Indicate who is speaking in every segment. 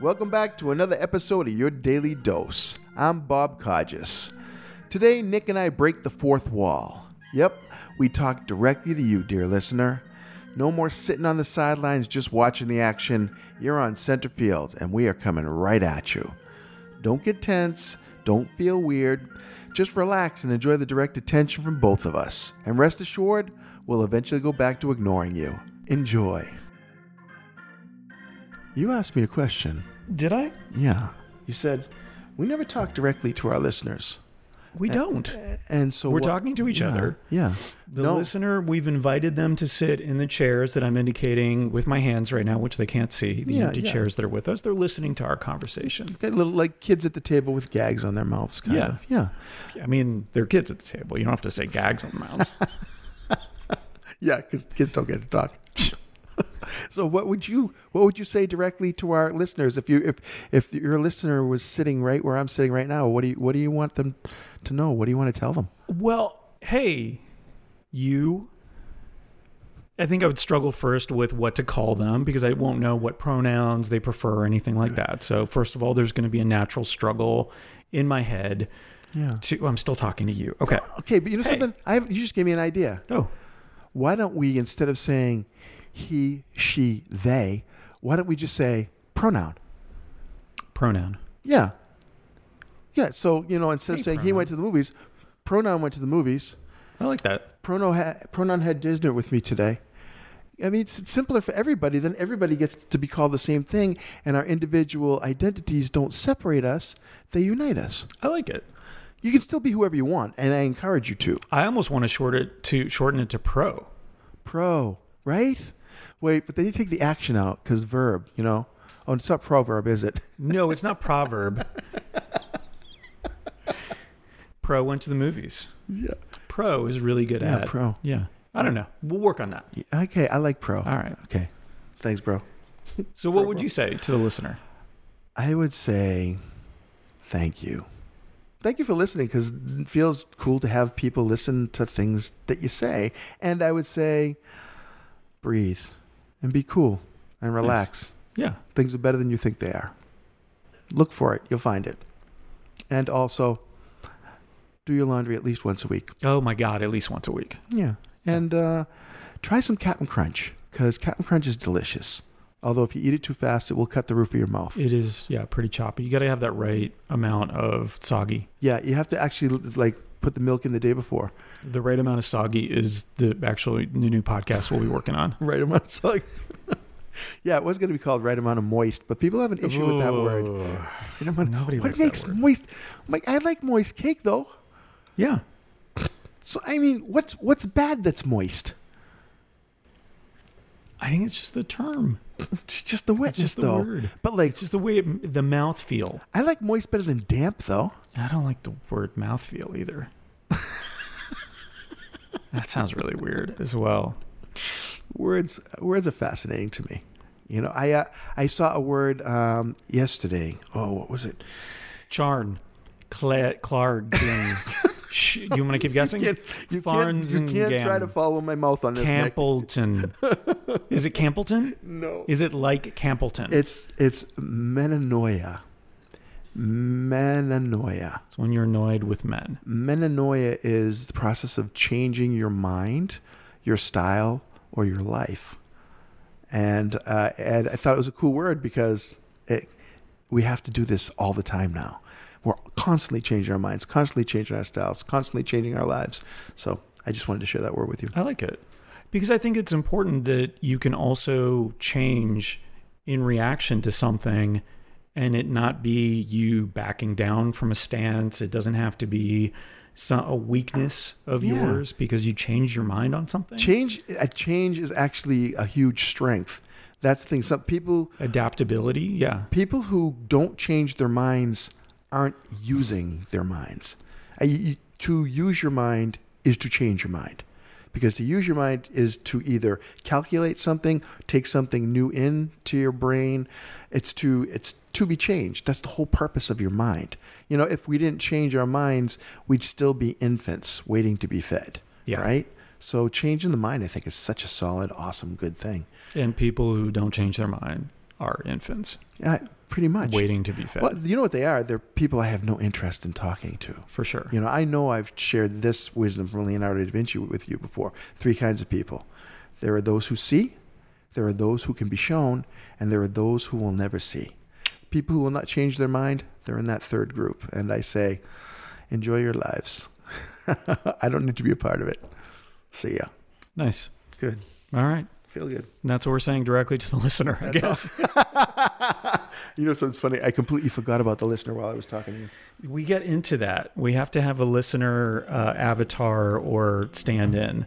Speaker 1: Welcome back to another episode of Your Daily Dose. I'm Bob Codges. Today, Nick and I break the fourth wall. Yep, we talk directly to you, dear listener. No more sitting on the sidelines just watching the action. You're on center field, and we are coming right at you. Don't get tense. Don't feel weird. Just relax and enjoy the direct attention from both of us. And rest assured, we'll eventually go back to ignoring you. Enjoy. You asked me a question.
Speaker 2: Did I?
Speaker 1: Yeah. You said, we never talk directly to our listeners.
Speaker 2: We don't.
Speaker 1: And so
Speaker 2: We're
Speaker 1: what-
Speaker 2: talking to each
Speaker 1: Yeah,
Speaker 2: other.
Speaker 1: Yeah.
Speaker 2: The
Speaker 1: no,
Speaker 2: listener, we've invited them to sit in the chairs that I'm indicating with my hands right now, which they can't see. The
Speaker 1: Yeah,
Speaker 2: empty
Speaker 1: yeah.
Speaker 2: chairs that are with us, they're listening to our conversation.
Speaker 1: okay, little like kids at the table with gags on their mouths, kind
Speaker 2: Yeah.
Speaker 1: of. Yeah.
Speaker 2: I mean, they're kids at the table. You don't have to say gags on their mouths.
Speaker 1: Yeah, because kids don't get to talk. so what would you what would you say directly to our listeners if you if if your listener was sitting right where I'm sitting right now? What do you what do you want them to know? What do you want to tell them?
Speaker 2: well, hey, you. I think I would struggle first with what to call them because I won't know what pronouns they prefer or anything like that. So, first of all, there's going to be a natural struggle in my head
Speaker 1: Yeah.
Speaker 2: to. oh, I'm still talking to you. Okay.
Speaker 1: Okay, but you know
Speaker 2: Hey.
Speaker 1: something? I have, you just gave me an idea.
Speaker 2: Oh,
Speaker 1: Why don't we instead of saying he, she, they, why don't we just say pronoun?
Speaker 2: pronoun.
Speaker 1: Yeah. Yeah. So you know, instead of
Speaker 2: Hey,
Speaker 1: saying he
Speaker 2: pronoun.
Speaker 1: went to the movies, pronoun went to the movies.
Speaker 2: I like that.
Speaker 1: Prono ha- pronoun had dinner with me today. I mean, it's, it's simpler for everybody. Then everybody gets to be called the same thing, and our individual identities don't separate us; they unite us.
Speaker 2: I like it.
Speaker 1: You can still be whoever you want, and I encourage you to.
Speaker 2: I almost want to short it to shorten it to pro.
Speaker 1: Pro, right? Wait, but then you take the action out because verb, you know. Oh, it's not proverb, is it?
Speaker 2: No, it's not proverb. pro went to the movies.
Speaker 1: Yeah.
Speaker 2: Pro is really good
Speaker 1: Yeah,
Speaker 2: at
Speaker 1: pro.
Speaker 2: Yeah. I don't know. We'll work on that.
Speaker 1: Okay, I like pro.
Speaker 2: All right.
Speaker 1: Okay, thanks, bro.
Speaker 2: So what would you say to the listener?
Speaker 1: I would say thank you. Thank you for listening because it feels cool to have people listen to things that you say. And I would say breathe and be cool and relax.
Speaker 2: Yeah.
Speaker 1: Things are better than you think they are. Look for it, you'll find it. And also, do your laundry at least once a week.
Speaker 2: Oh my god, at least once a week.
Speaker 1: Yeah. And uh, try some Captain Crunch because Captain Crunch is delicious. Although, if you eat it too fast, it will cut the roof of your mouth.
Speaker 2: It is yeah, pretty choppy. You got to have that right amount of soggy.
Speaker 1: Yeah, you have to actually like put the milk in the day before.
Speaker 2: The right amount of soggy is the actually the new podcast we'll be working on.
Speaker 1: Right amount of salt. yeah, it was going to be called right amount of moist, but people have an issue with that word.
Speaker 2: Ooh.
Speaker 1: Right amount-
Speaker 2: Nobody
Speaker 1: what
Speaker 2: likes that
Speaker 1: makes
Speaker 2: word.
Speaker 1: moist? Like I like moist cake though.
Speaker 2: Yeah.
Speaker 1: So I mean, what's what's bad that's moist?
Speaker 2: I think it's just the term.
Speaker 1: It's just the wetness
Speaker 2: just the
Speaker 1: though.
Speaker 2: word.
Speaker 1: But like,
Speaker 2: It's just the way it, the mouth feel.
Speaker 1: I like moist better than damp though.
Speaker 2: I don't like the word mouthfeel either. that sounds really weird as well.
Speaker 1: Words words are fascinating to me. You know, I uh, I saw a word um, yesterday. Oh, what was it?
Speaker 2: Charn. Cla- Clargen. Sh- do you want to keep guessing?
Speaker 1: You can't, you can't, you can't try to follow my mouth on this. Nick.
Speaker 2: Campbellton. Is it Campbellton?
Speaker 1: No.
Speaker 2: Is it like Campbellton?
Speaker 1: It's it's menanoia. Menanoia.
Speaker 2: it's when you're annoyed with men.
Speaker 1: Menanoia is the process of changing your mind, your style, or your life. And uh, and I thought it was a cool word because it, we have to do this all the time now. We're constantly changing our minds, constantly changing our styles, constantly changing our lives. So I just wanted to share that word with you.
Speaker 2: I like it because I think it's important that you can also change in reaction to something and it not be you backing down from a stance. It doesn't have to be some, a weakness of
Speaker 1: Yeah.
Speaker 2: yours because you change your mind on something.
Speaker 1: Change a change is actually a huge strength. That's the thing. Some people
Speaker 2: Adaptability. Yeah.
Speaker 1: people who don't change their minds aren't using their minds. Uh, you- you- to use your mind is to change your mind. Because to use your mind is to either calculate something, take something new into your brain. It's to it's to be changed. That's the whole purpose of your mind. You know, if we didn't change our minds, we'd still be infants waiting to be fed.
Speaker 2: Yeah.
Speaker 1: Right? So changing the mind, I think, is such a solid, awesome, good thing.
Speaker 3: And people who don't change their mind are infants
Speaker 1: Uh, pretty much.
Speaker 3: waiting to be fed.
Speaker 1: Well, you know what they are? They're people I have no interest in talking to.
Speaker 3: For sure.
Speaker 1: You know, I know I've shared this wisdom from Leonardo da Vinci with you before. Three kinds of people there are those who see, there are those who can be shown, and there are those who will never see. People who will not change their mind, they're in that third group. And I say, enjoy your lives. I don't need to be a part of it. See ya.
Speaker 3: Nice.
Speaker 1: Good.
Speaker 3: All right.
Speaker 1: Feel good.
Speaker 3: And that's what we're saying directly to the listener, I guess.
Speaker 1: You know, so it's funny. I completely forgot about the listener while I was talking to you.
Speaker 3: we get into that. We have to have a listener uh, avatar or stand in.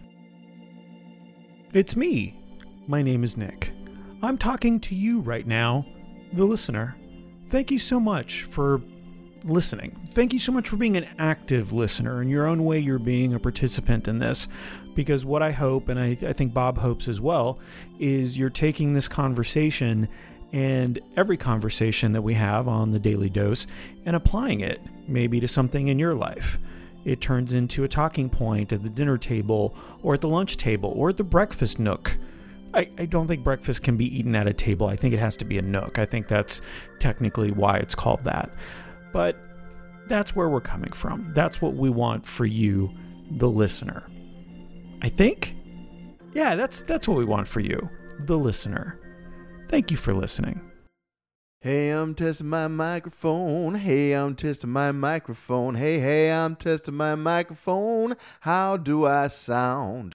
Speaker 2: It's me. My name is Nick. I'm talking to you right now, the listener. Thank you so much for listening. Thank you so much for being an active listener. In your own way, you're being a participant in this. Because what I hope, and I, I think Bob hopes as well, is you're taking this conversation and every conversation that we have on the Daily Dose and applying it maybe to something in your life. It turns into a talking point at the dinner table or at the lunch table or at the breakfast nook. I, I don't think breakfast can be eaten at a table. I think it has to be a nook. I think that's technically why it's called that. But that's where we're coming from. That's what we want for you, the listener. I think? Yeah, that's that's what we want for you, the listener. Thank you for listening.
Speaker 1: Hey, I'm testing my microphone. Hey, I'm testing my microphone. Hey, hey, I'm testing my microphone. How do I sound?